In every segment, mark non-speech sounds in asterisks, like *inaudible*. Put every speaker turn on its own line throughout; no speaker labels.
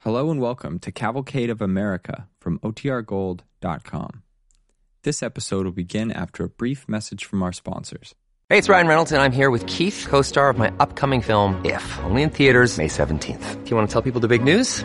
Hello and welcome to Cavalcade of America from OTRGold.com. This episode will begin after a brief message from our sponsors.
Hey, it's Ryan Reynolds, and I'm here with Keith, co star of my upcoming film, If, only in theaters, May 17th. Do you want to tell people the big news?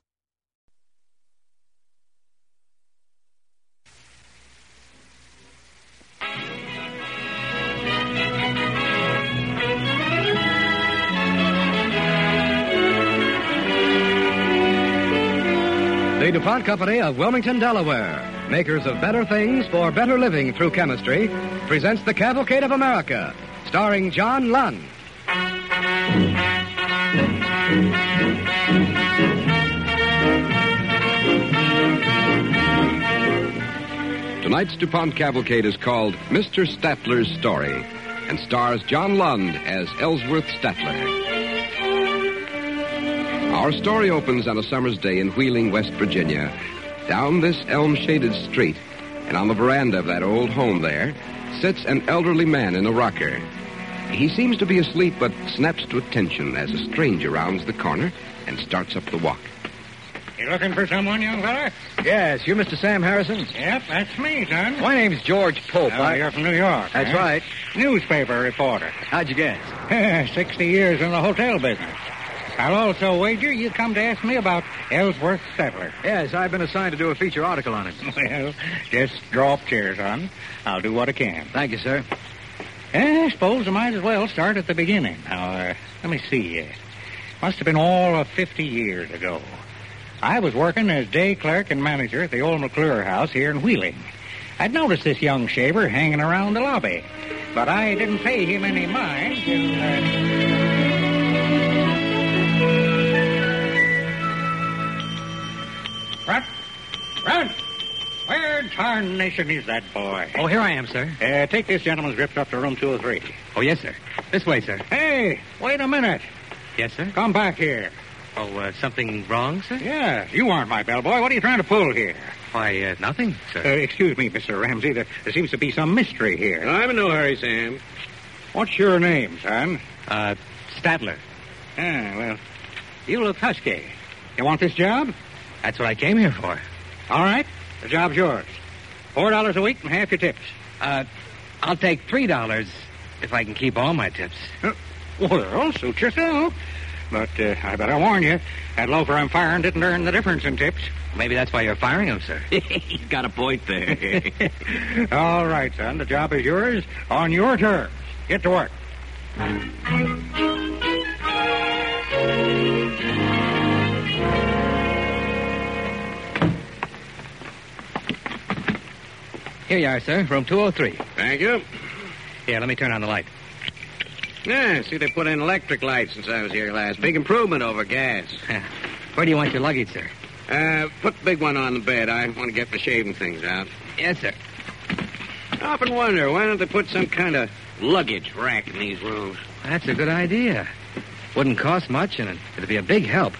The DuPont Company of Wilmington, Delaware, makers of better things for better living through chemistry, presents The Cavalcade of America, starring John Lunn.
Tonight's DuPont Cavalcade is called Mr. Statler's Story and stars John Lund as Ellsworth Statler. Our story opens on a summer's day in Wheeling, West Virginia. Down this elm shaded street, and on the veranda of that old home there, sits an elderly man in a rocker. He seems to be asleep, but snaps to attention as a stranger rounds the corner and starts up the walk.
You looking for someone, young fella?
Yes, you, Mr. Sam Harrison?
Yep, that's me, son.
My name's George Pope.
Oh,
I-
you're from New York.
That's
huh?
right.
Newspaper reporter.
How'd
*laughs*
you guess?
60 years in the hotel business. I'll also wager you come to ask me about Ellsworth Settler.
Yes, I've been assigned to do a feature article on it.
*laughs* Well, just draw up chairs, son. I'll do what I can.
Thank you, sir.
Eh, I suppose I might as well start at the beginning. Now, uh, let me see. Uh, must have been all of 50 years ago. I was working as day clerk and manager at the old McClure house here in Wheeling. I'd noticed this young shaver hanging around the lobby, but I didn't pay him any mind till. Uh... uh, Run! Run! Where tarnation is that boy?
Oh, here I am, sir.
Uh, take this gentleman's grips up to room 203.
Oh, yes, sir. This way, sir.
Hey, wait a minute.
Yes, sir.
Come back here.
Oh, uh, something wrong, sir?
Yeah, you aren't my bellboy. What are you trying to pull here?
Why, uh, nothing,
Uh, excuse me, Mr. Ramsey. There, there seems to be some mystery here.
I'm in no hurry, Sam.
What's your name, son?
Uh, Statler.
Ah, well, you look husky. You want this job?
That's what I came here for.
All right, the job's yours. Four dollars a week and half your tips.
Uh, I'll take $3 if I can keep all my tips.
Uh, well, suit yourself. But uh, I better warn you, that loafer I'm firing didn't earn the difference in tips.
Maybe that's why you're firing him, sir.
He's got a point there.
*laughs* All right, son. The job is yours on your terms. Get to work.
Here you are, sir. Room 203.
Thank you.
Here, let me turn on the light.
Yeah, see, they put in electric lights since I was here last. Big improvement over gas.
Where do you want your luggage, sir?
*laughs* Uh, put the big one on the bed. I want to get my shaving things out.
Yes, sir.
I often wonder why don't they put some kind of luggage rack in these rooms?
That's a good idea. Wouldn't cost much, and it'd be a big help.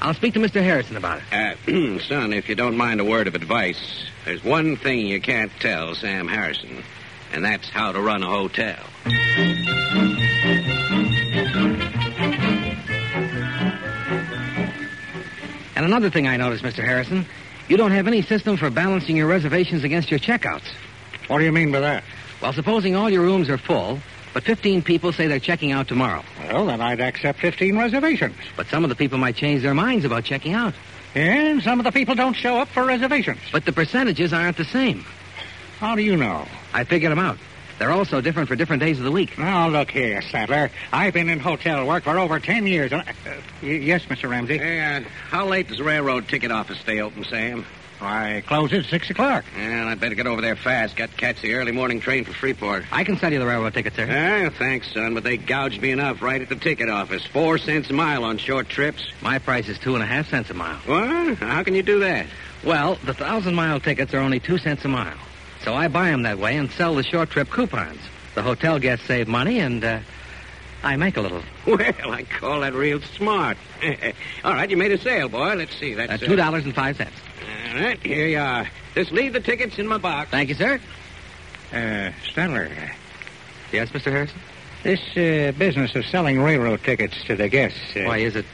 I'll speak to Mr. Harrison about it.
Uh, *clears throat* son, if you don't mind a word of advice, there's one thing you can't tell Sam Harrison, and that's how to run a hotel. another thing I noticed, Mr. Harrison. You don't have any system for balancing your reservations against your checkouts.
What do you mean by that?
Well, supposing all your rooms are full, but 15 people say they're checking out tomorrow.
Well, then I'd accept 15 reservations.
But some of the people might change their minds about checking out.
And some of the people don't show up for reservations.
But the percentages aren't the same.
How do you know?
I figured them out. They're also different for different days of the week.
Now, look here, Sattler. I've been in hotel work for over 10 years. And, I- uh, y- yes, Mr. Ramsey.
And uh, how late does the railroad ticket office stay open, Sam?
I close at 6 o'clock.
Well, I'd better get over there fast. Got to catch the early morning train for Freeport.
I can sell you the railroad ticket, sir.
Ah, thanks, son, but they gouged me enough right at the ticket office. Four cents a mile on short trips.
My price is two and a half cents a mile.
What? How can you do that? *laughs*
Well, the thousand mile tickets are only two cents a mile. So I buy 'em that way and sell the short trip coupons. The hotel guests save money and, uh, I make a little.
Well, I call that real smart. *laughs* All right, you made a sale, boy. Let's see.
Uh,
That's
two dollars and five cents.
All right, here you are. Just leave the tickets in my box.
Thank you, sir.
Uh, Sattler,
Yes, Mr. Harrison?
this uh, business of selling railroad tickets to the guests. Uh,
Why, is it,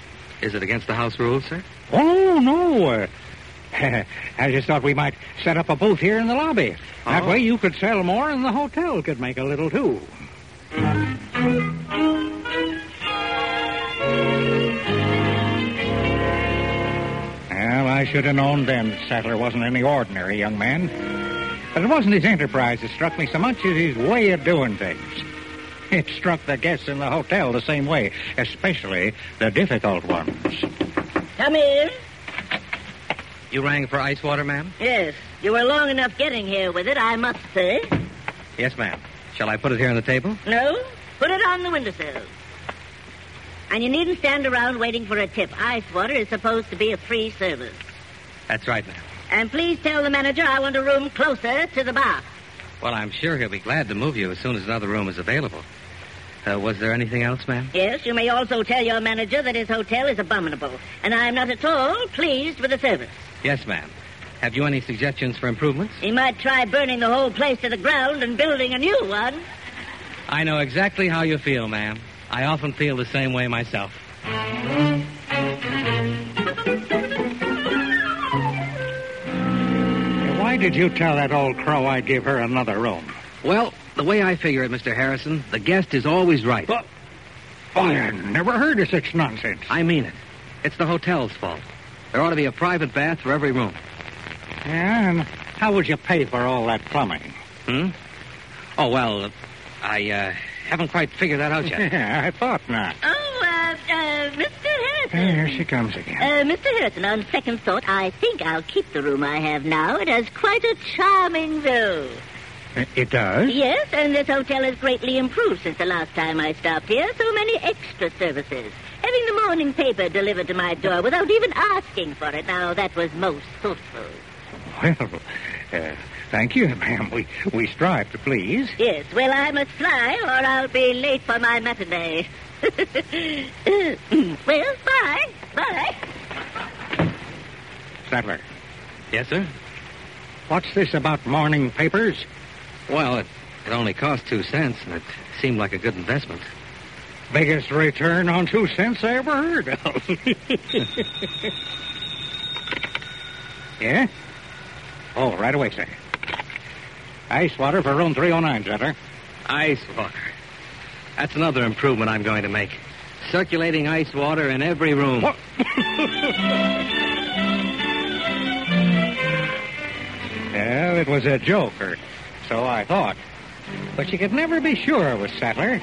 is it against the house rules, sir?
Oh, no. *laughs* Uh, I just thought we might set up a booth here in the lobby. That
Oh.
way you could sell more and the hotel could make a little, too. Well, I should have known then that Sattler wasn't any ordinary young man. But it wasn't his enterprise that struck me so much as his way of doing things. It struck the guests in the hotel the same way, especially the difficult ones.
Come in.
You rang for ice water, ma'am?
Yes, you were long enough getting here with it, I must say.
Yes, ma'am. Shall I put it here on the table?
No? Put it on the windowsill. And you needn't stand around waiting for a tip. Ice water is supposed to be a free service.
That's right, ma'am.
And please tell the manager I want a room closer to the bar.
Well, I'm sure he'll be glad to move you as soon as another room is available. Uh, was there anything else, ma'am?
Yes, you may also tell your manager that his hotel is abominable, and I am not at all pleased with the service.
Yes, ma'am. Have you any suggestions for improvements?
He might try burning the whole place to the ground and building a new one.
I know exactly how you feel, ma'am. I often feel the same way myself.
Why did you tell that old crow I'd give her another room?
Well, the way I figure it, Mr. Harrison, the guest is always right.
Well- Why, I never heard of such nonsense.
I mean it. It's the hotel's fault. There ought to be a private bath for every room.
Yeah, and how would you pay for all that plumbing? *laughs*
Hmm? Oh, well, I uh, haven't quite figured that out *laughs* yet.
Yeah, I thought not.
Oh, uh, uh, Mr. Harrison.
Here she comes again.
Uh, Mr. Harrison, on second thought, I think I'll keep the room I have now. It has quite a charming view.
Uh, It does?
Yes, and this hotel has greatly improved since the last time I stopped here. So many extra services. Having the morning paper delivered to my door without even asking for it. Now, that was most thoughtful.
Well, uh, thank you, ma'am. We, we strive to please.
Yes, well, I must fly or I'll be late for my matinee. *laughs* well, bye. Bye.
Sattler,
Yes, sir?
what's this about morning papers?
Well, it, it only cost two cents, and it seemed like a good investment.
Biggest return on two cents I ever heard of. *laughs* yeah? Oh, right away, sir. Ice water for room 309, Sattler.
Ice water. That's another improvement I'm going to make. Circulating ice water in every room.
What? Well, it was a joke, or so I thought. But you could never be sure with Sattler.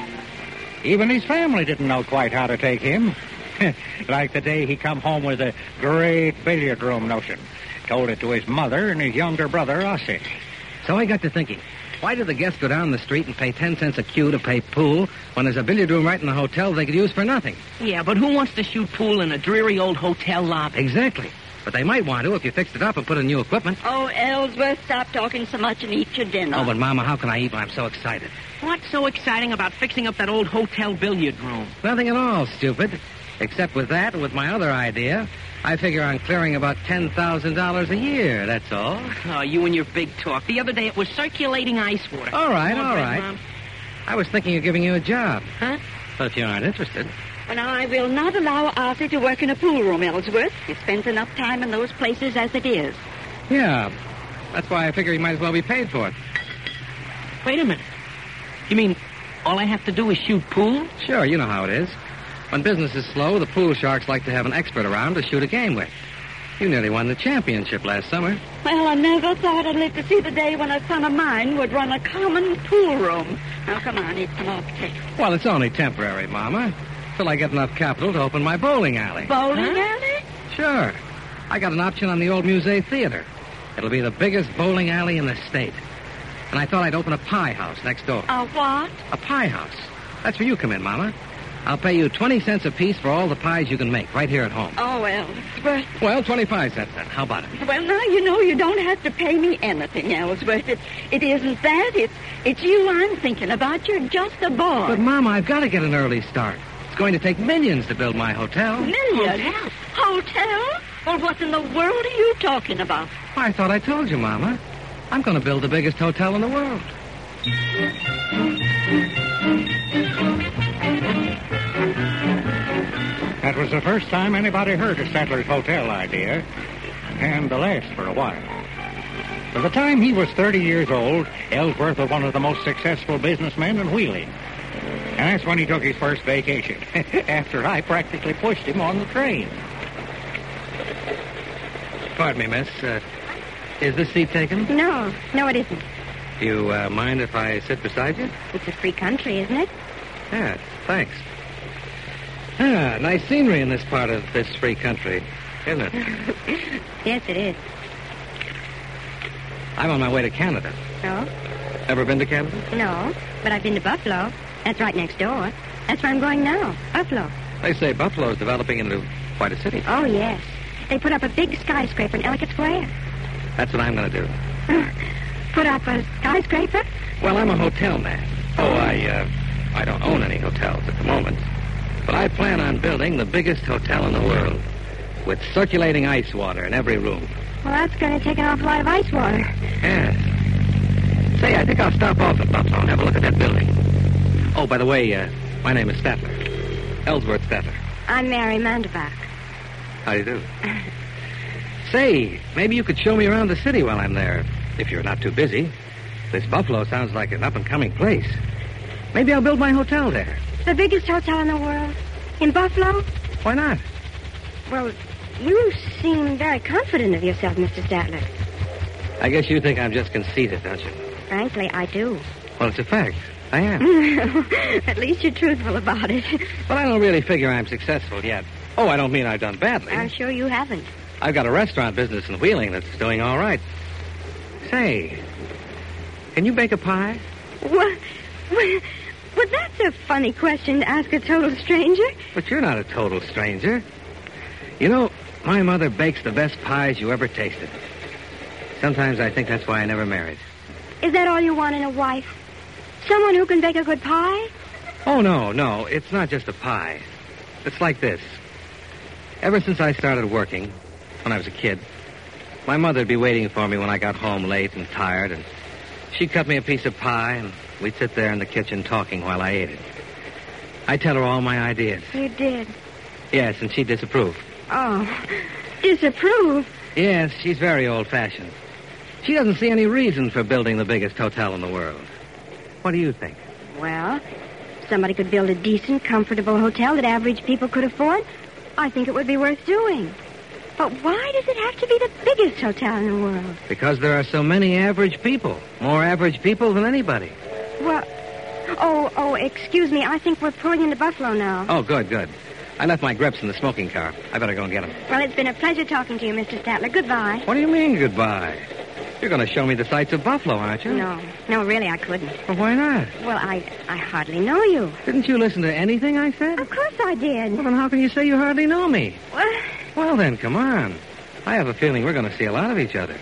Even his family didn't know quite how to take him. *laughs* like the day he come home with a great billiard room notion. Told it to his mother and his younger brother, Ossie.
So I got to thinking, why do the guests go down the street and pay 10 cents a cue to play pool when there's a billiard room right in the hotel they could use for nothing?
Yeah, but who wants to shoot pool in a dreary old hotel lobby?
Exactly. But they might want to if you fixed it up and put in new equipment.
Oh, Ellsworth, stop talking so much and eat your dinner.
Oh, but Mama, how can I eat when I'm so excited?
What's so exciting about fixing up that old hotel billiard room?
Nothing at all, stupid. Except with that and with my other idea, I figure on clearing about $10,000 a year, that's all.
Oh, you and your big talk. The other day it was circulating ice water.
All right,
Come on,
all
Fred,
right.
Mom.
I was thinking of giving you a job.
Huh?
But if you aren't interested.
Well, I will not allow Arthur to work in a pool room, Ellsworth. He spends enough time in those places as it is.
Yeah. That's why I figure he might as well be paid for it.
Wait a minute. You mean all I have to do is shoot pool?
Sure, you know how it is. When business is slow, the pool sharks like to have an expert around to shoot a game with. You nearly won the championship last summer.
Well, I never thought I'd live to see the day when a son of mine would run a common pool room. Now, come on, eat some object.
*laughs* Well, it's only temporary, Mama. Till I get enough capital to open my bowling alley.
Bowling alley?
Sure. I got an option on the old Musée Theater. It'll be the biggest bowling alley in the state. And I thought I'd open a pie house next door.
A what?
A pie house. That's where you come in, Mama. I'll pay you 20 cents apiece for all the pies you can make right here at home.
Oh, Ellsworth.
Well, 25 cents then. How about it?
Well, now you know you don't have to pay me anything, Ellsworth. It, it isn't that. It's, it's you I'm thinking about. You're just a boy.
But, Mama, I've got to get an early start. It's going to take millions to build my hotel.
Millions? Hotel? Hotel? Well, what in the world are you talking about?
I thought I told you, Mama. I'm going to build the biggest hotel in the world.
That was the first time anybody heard of Settler's Hotel idea, and the last for a while. By the time he was 30 years old, Ellsworth was one of the most successful businessmen in Wheeling. And that's when he took his first vacation, *laughs* after I practically pushed him on the train.
Pardon me, miss. Uh, is this seat taken?
No, no, it isn't.
Do you uh, mind if I sit beside you?
It's a free country, isn't it?
Yeah, thanks. Ah, nice scenery in this part of this free country, isn't it?
Yes, it is.
I'm on my way to Canada.
No,
Ever been to Canada?
no, but I've been to Buffalo. That's right next door. That's where I'm going now. Buffalo.
They say Buffalo's developing into quite a city.
Oh yes, they put up a big skyscraper in Ellicott Square.
That's what I'm going to do.
Put up a skyscraper?
Well, I'm a hotel man. Oh, I, uh, I don't own any hotels at the moment. But I plan on building the biggest hotel in the world with circulating ice water in every room.
Well, that's going to take an awful lot of ice water.
Yes. Say, I think I'll stop off at Buffalo and have a look at that building. Oh, by the way, uh, my name is Statler. Ellsworth Statler.
I'm Mary Mandelbach.
How do you do? Say, maybe you could show me around the city while I'm there, if you're not too busy. This Buffalo sounds like an up-and-coming place. Maybe I'll build my hotel there.
The biggest hotel in the world, in Buffalo.
Why not?
Well, you seem very confident of yourself, Mr. Statler.
I guess you think I'm just conceited, don't you?
Frankly, I *laughs* do.
Well, it's a fact. I am.
Hmm. At least you're truthful about it.
But I don't really figure I'm successful yet. Oh, I don't mean I've done badly.
I'm sure you haven't.
I've got a restaurant business in Wheeling that's doing all right. Say, can you bake a pie?
Well, well, well, that's a funny question to ask a total stranger.
But you're not a total stranger. You know, my mother bakes the best pies you ever tasted. Sometimes I think that's why I never married.
Is that all you want in a wife? Someone who can bake a good pie?
Oh, no, no. It's not just a pie. It's like this. Ever since I started working, when I was a kid, my mother'd be waiting for me when I got home late and tired, and she'd cut me a piece of pie, and we'd sit there in the kitchen talking while I ate it. I tell her all my ideas.
You did.
Yes, and she disapproved.
Oh, disapprove?
Yes, she's very old fashioned. She doesn't see any reason for building the biggest hotel in the world. What do you think?
Well, somebody could build a decent, comfortable hotel that average people could afford. I think it would be worth doing. But why does it have to be the biggest hotel in the world?
Because there are so many average people. More average people than anybody.
Well, oh, oh, excuse me. I think we're pulling into Buffalo now.
Oh, good, good. I left my grips in the smoking car. I better go and get them.
Well, it's been a pleasure talking to you, Mr. Statler. Goodbye.
What do you mean, goodbye? You're going to show me the sights of Buffalo, aren't you?
No, no, really, I couldn't.
Well, why not?
Well, I, I hardly know you.
Didn't you listen to anything I said?
Of course I did.
Well, then how can you say you hardly know me?
Well,
Well, then, come on. I have a feeling we're going to see a lot of each other.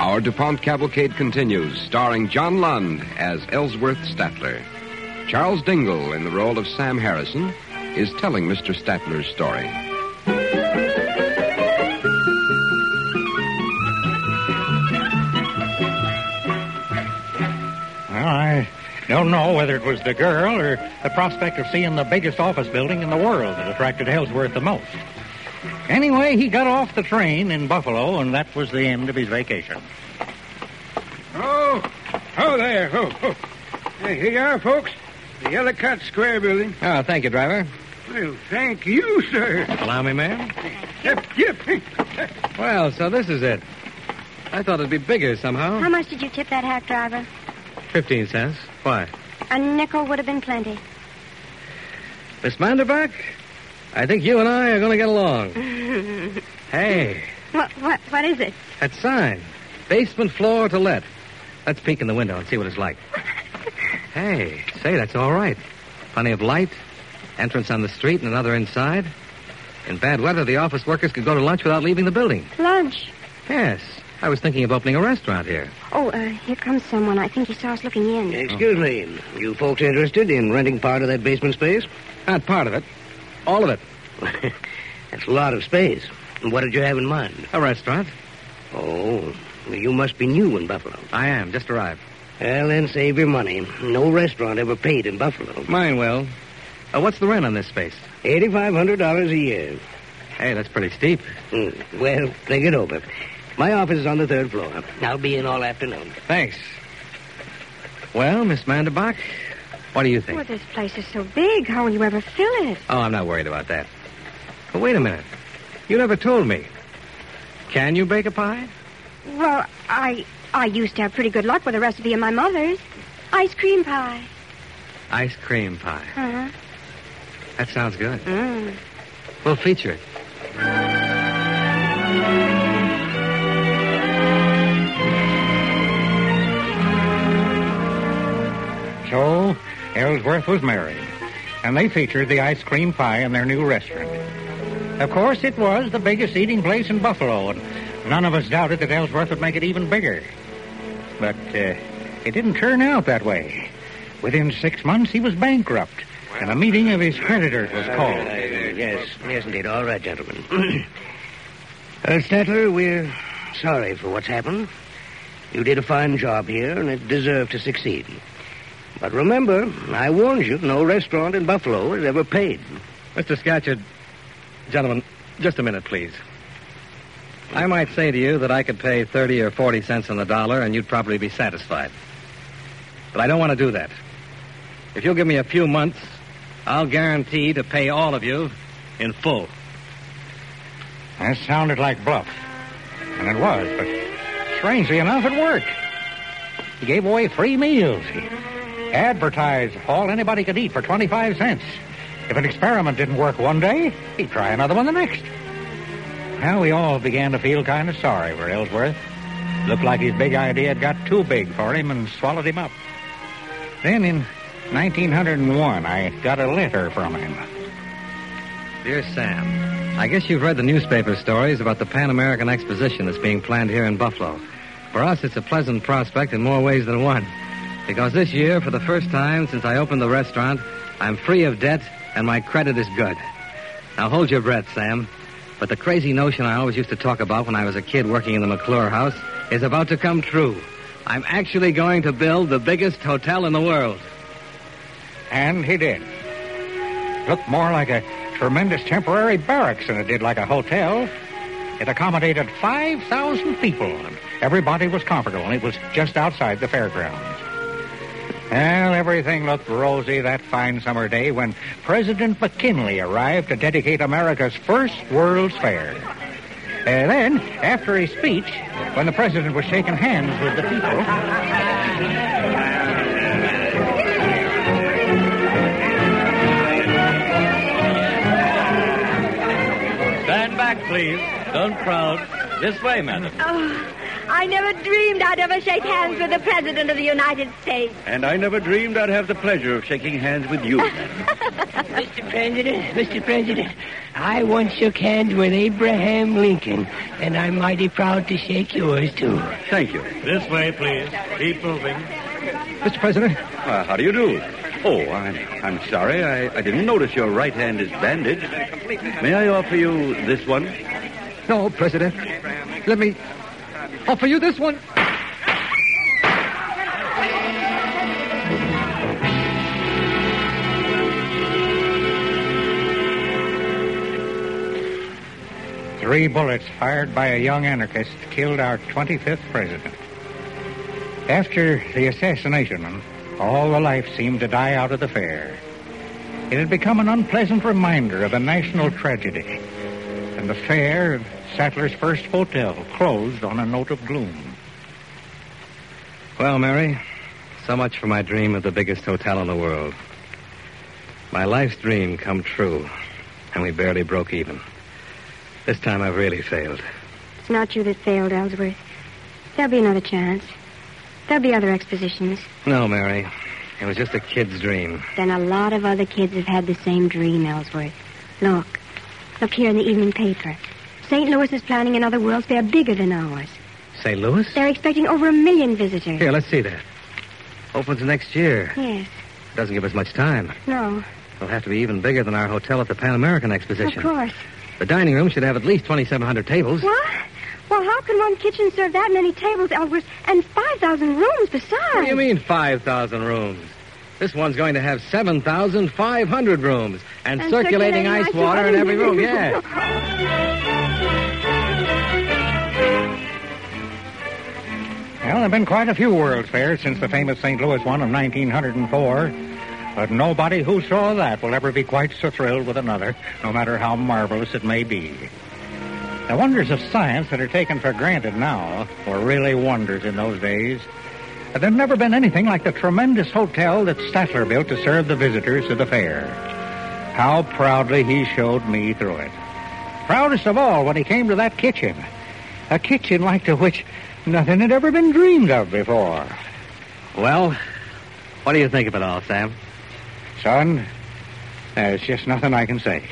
Our
DuPont Cavalcade continues, starring John Lund as Ellsworth Statler. Charles Dingle, in the role of Sam Harrison, is telling Mr. Statler's story.
Well, I don't know whether it was the girl or the prospect of seeing the biggest office building in the world that attracted Ellsworth the most. Anyway, he got off the train in Buffalo, and that was the end of his vacation.
Oh, oh, there. Oh, oh. Hey, here you are, folks. The Ellicott Square building.
Oh, thank you, driver.
Well, thank you, sir.
Allow me, ma'am.
Yep, yep.
Well, so this is it. I thought it'd be bigger somehow.
How much did you tip that hack driver?
Fifteen cents. Why?
A nickel would have been plenty.
Miss Manderback, I think you and I are going to get along. Hey,
what, what, what is it?
that sign. Basement floor to let. Let's peek in the window and see what it's like. hey, say, that's all right. Plenty of light, entrance on the street and another inside. In bad weather, the office workers could go to lunch without leaving the building.
Lunch.
Yes, I was thinking of opening a restaurant here.
Oh, uh, here comes someone. I think he saw us looking in.
Excuse me. You folks interested in renting part of that basement space?
Not Uh, part of it. All of it.
*laughs* That's a lot of space. What did you have in mind?
A restaurant.
Oh, well, you must be new in Buffalo.
I am. Just arrived.
Well, then save your money. No restaurant ever paid in Buffalo.
Mine will. Uh, what's the rent on this space?
$8,500 a year.
Hey, that's pretty steep.
Mm, Well, think it over. My office is on the third floor. I'll be in all afternoon.
Thanks. Well, Miss Manderbach, what do you think?
Well, Oh, this place is so big. How will you ever fill it?
Oh, I'm not worried about that. But wait a minute. You never told me. Can you bake a pie?
Well, I I used to have pretty good luck with a recipe of my mother's ice cream pie.
Ice cream pie.
Huh?
That sounds good.
Mm.
We'll feature it.
So, Ellsworth was married, and they featured the ice cream pie in their new restaurant. Of course, it was the biggest eating place in Buffalo, and none of us doubted that Ellsworth would make it even bigger. But uh, it didn't turn out that way. Within six months, he was bankrupt, and a meeting of his creditors was called.
Uh, yes, yes, indeed. All right, gentlemen.
*clears throat*
uh, Statler, we're sorry for what's happened. You did a fine job here, and it deserved to succeed. But remember, I warned you, no restaurant in Buffalo is ever paid.
Mr. Scatcherd, gentlemen, just a minute, please. I might say to you that I could pay 30 or 40 cents on the dollar and you'd probably be satisfied. But I don't want to do that. If you'll give me a few months, I'll guarantee to pay all of you in full.
That sounded like bluff. And it was, but strangely enough, it worked. He gave away free meals. He advertised all anybody could eat for 25 cents. If an experiment didn't work one day, he'd try another one the next. Now we all began to feel kind of sorry for Ellsworth. Looked like his big idea had got too big for him and swallowed him up. Then in 1901, I got a letter from him.
Dear Sam, I guess you've read the newspaper stories about the Pan American Exposition that's being planned here in Buffalo. For us, it's a pleasant prospect in more ways than one. Because this year, for the first time since I opened the restaurant, I'm free of debt and my credit is good. Now hold your breath, Sam. But the crazy notion I always used to talk about when I was a kid working in the McClure house is about to come true. I'm actually going to build the biggest hotel in the world.
And he did. Looked more like a tremendous temporary barracks than it did like a hotel. It accommodated 5,000 people, and everybody was comfortable, and it was just outside the fairgrounds. Well, everything looked rosy that fine summer day when President McKinley arrived to dedicate America's first World's Fair. And then, after his speech, when the president was shaking hands with the people,
Stand back, please. Don't crowd. This way, madam.
Oh, I never dreamed I'd ever shake hands with the President of the United States.
And I never dreamed I'd have the pleasure of shaking hands with you.
Mr. President, Mr. President, I once shook hands with Abraham Lincoln, and I'm mighty proud to shake yours, too.
Thank you.
This way, please. Keep moving.
Mr. President? Uh, how do you do? Oh, I'm, I'm sorry. I, I didn't notice your right hand is bandaged. May I offer you this one?
No, President. Let me offer you this one.
Three bullets fired by a young anarchist killed our 25th president. After the assassination, all the life seemed to die out of the fair. It had become an unpleasant reminder of a national tragedy, and the fair of Sattler's First Hotel closed on a note of gloom.
Well, Mary, so much for my dream of the biggest hotel in the world. My life's dream come
Oh,
true, and we barely broke even. This time I've really failed.
It's not you that failed, Ellsworth. There'll be another chance. There'll be other expositions.
No, Mary, it was just a kid's dream.
Then a lot of other kids have had the same dream, Ellsworth. Look. Look here in the evening paper. St. Louis is planning another World's Fair bigger than ours.
St. Louis?
They're expecting over a million visitors.
Here, let's see that. Opens next year.
Yes.
Doesn't give us much time.
No.
It'll have to be even bigger than our hotel at the Pan American Exposition.
Of course.
The dining room should have at least 2,700 tables.
What? Well, how can one kitchen serve that many tables, Ellsworth, and 5,000 rooms besides?
What do you mean 5,000 rooms? This one's going to have 7,500 rooms and,
And
circulating,
circulating
ice
ice
water in every room,
*laughs*
yeah.
Well, there have been quite a few World's Fairs since the famous St. Louis one of 1904, but nobody who saw that will ever be quite so thrilled with another, no matter how marvelous it may be. The wonders of science that are taken for granted now were really wonders in those days. There had never been anything like the tremendous hotel that Statler built to serve the visitors to the fair. How proudly he showed me through it. Proudest of all when he came to that kitchen. A kitchen like to which nothing had ever been dreamed of before.
Well, what do you think of it all, Sam?
Son, there's just nothing I can say.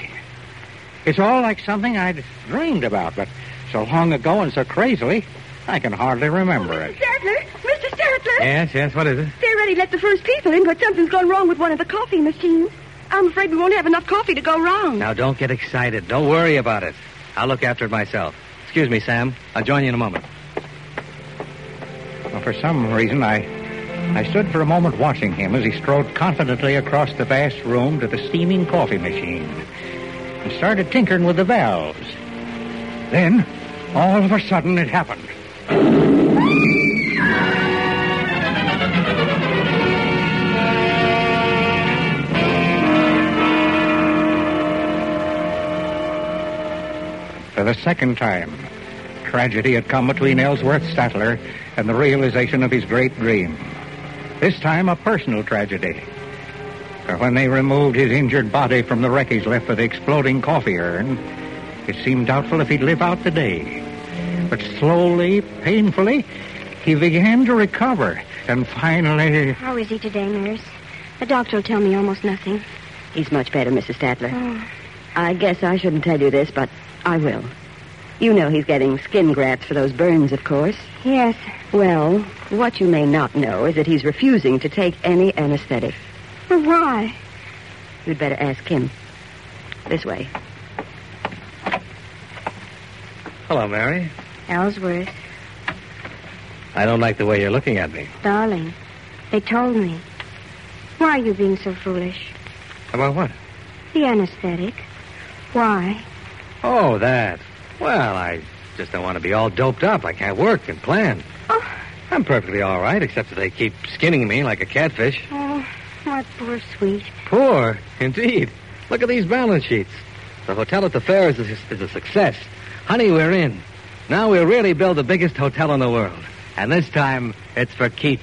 It's all like something I'd dreamed about, but so long ago and so crazily, I can hardly remember it.
Sattler, Mr. Sattler.
Yes, yes, what is it?
They already let the first people in, but something's gone wrong with one of the coffee machines. I'm afraid we won't have enough coffee to go round.
Now, don't get excited. Don't worry about it. I'll look after it myself. Excuse me, Sam. I'll join you in a moment.
Well, for some reason, I, I stood for a moment watching him as he strode confidently across the vast room to the steaming coffee machine and started tinkering with the valves. Then, all of a sudden, it happened. For the second time, tragedy had come between Ellsworth Statler and the realization of his great dream. This time, a personal tragedy. For when they removed his injured body from the wreckage left by the exploding coffee urn, it seemed doubtful if he'd live out the day. But slowly, painfully, he began to recover, and finally.
How is he today, nurse? The doctor will tell me almost nothing.
He's much better, Mrs. Statler.
Oh.
I guess I shouldn't tell you this, but I will. You know he's getting skin grafts for those burns, of course.
Yes.
Well, what you may not know is that he's refusing to take any anesthetic.
But why?
You'd better ask him. This way.
Hello, Mary.
Ellsworth,
I don't like the way you're looking at me.
darling, they told me. Why are you being so foolish?
About what?
The anesthetic. Why?
Oh, that. Well, I just don't want to be all doped up. I can't work and plan. I'm perfectly all right, except that they keep skinning me like a catfish.
Oh, my poor sweet.
Poor, indeed. Look at these balance sheets. The hotel at the fair is a, is a success. Honey, we're in. Now we'll really build the biggest hotel in the world. And this time, it's for keeps.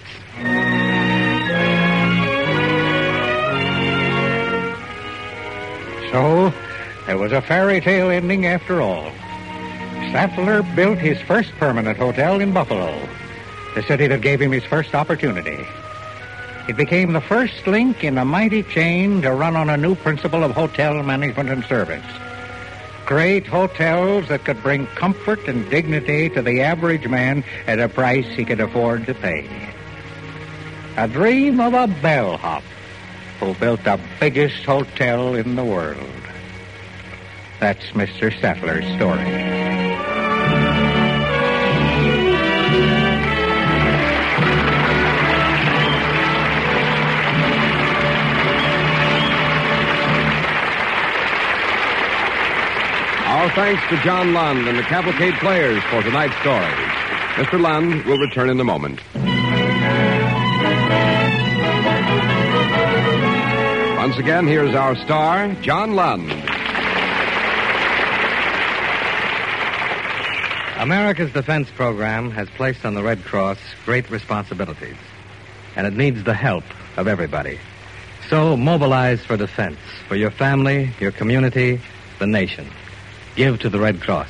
So, there was a fairy tale ending after all. Battler built his first permanent hotel in Buffalo, the city that gave him his first opportunity. It became the first link in a mighty chain to run on a new principle of hotel management and service. Great hotels that could bring comfort and dignity to the average man at a price he could afford to pay. A dream of a bellhop who built the biggest hotel in the world. That's Mr. Sattler's story.
Our thanks to John Lund and the Cavalcade Players for tonight's story. Mr. Lund will return in a moment. Once again, here is our star, John Lund.
America's defense program has placed on the Red Cross great responsibilities, and it needs the help of everybody. So mobilize for defense, for your family, your community, the nation. Give to the Red Cross.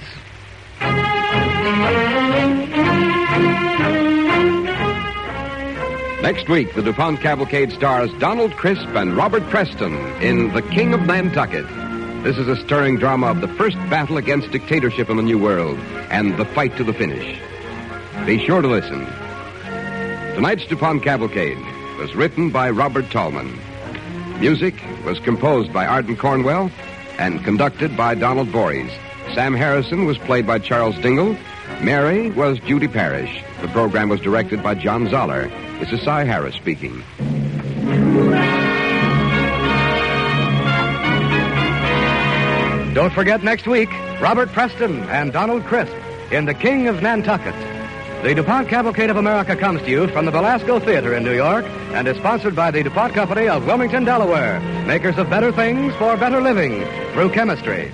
Next week, the DuPont Cavalcade stars Donald Crisp and Robert Preston in The King of Nantucket. This is a stirring drama of the first battle against dictatorship in the New World and the fight to the finish. Be sure to listen. Tonight's DuPont Cavalcade was written by Robert Tallman. Music was composed by Arden Cornwell and conducted by Donald Voorhees. Sam Harrison was played by Charles Dingle. Mary was Judy Parrish. The program was directed by John Zoller. This is Cy Harris speaking.
Don't forget next week, Robert Preston and Donald Crisp in The King of Nantucket. The DuPont Cavalcade of America comes to you from the Belasco Theater in New York and is sponsored by the DuPont Company of Wilmington, Delaware, makers of better things for better living through chemistry.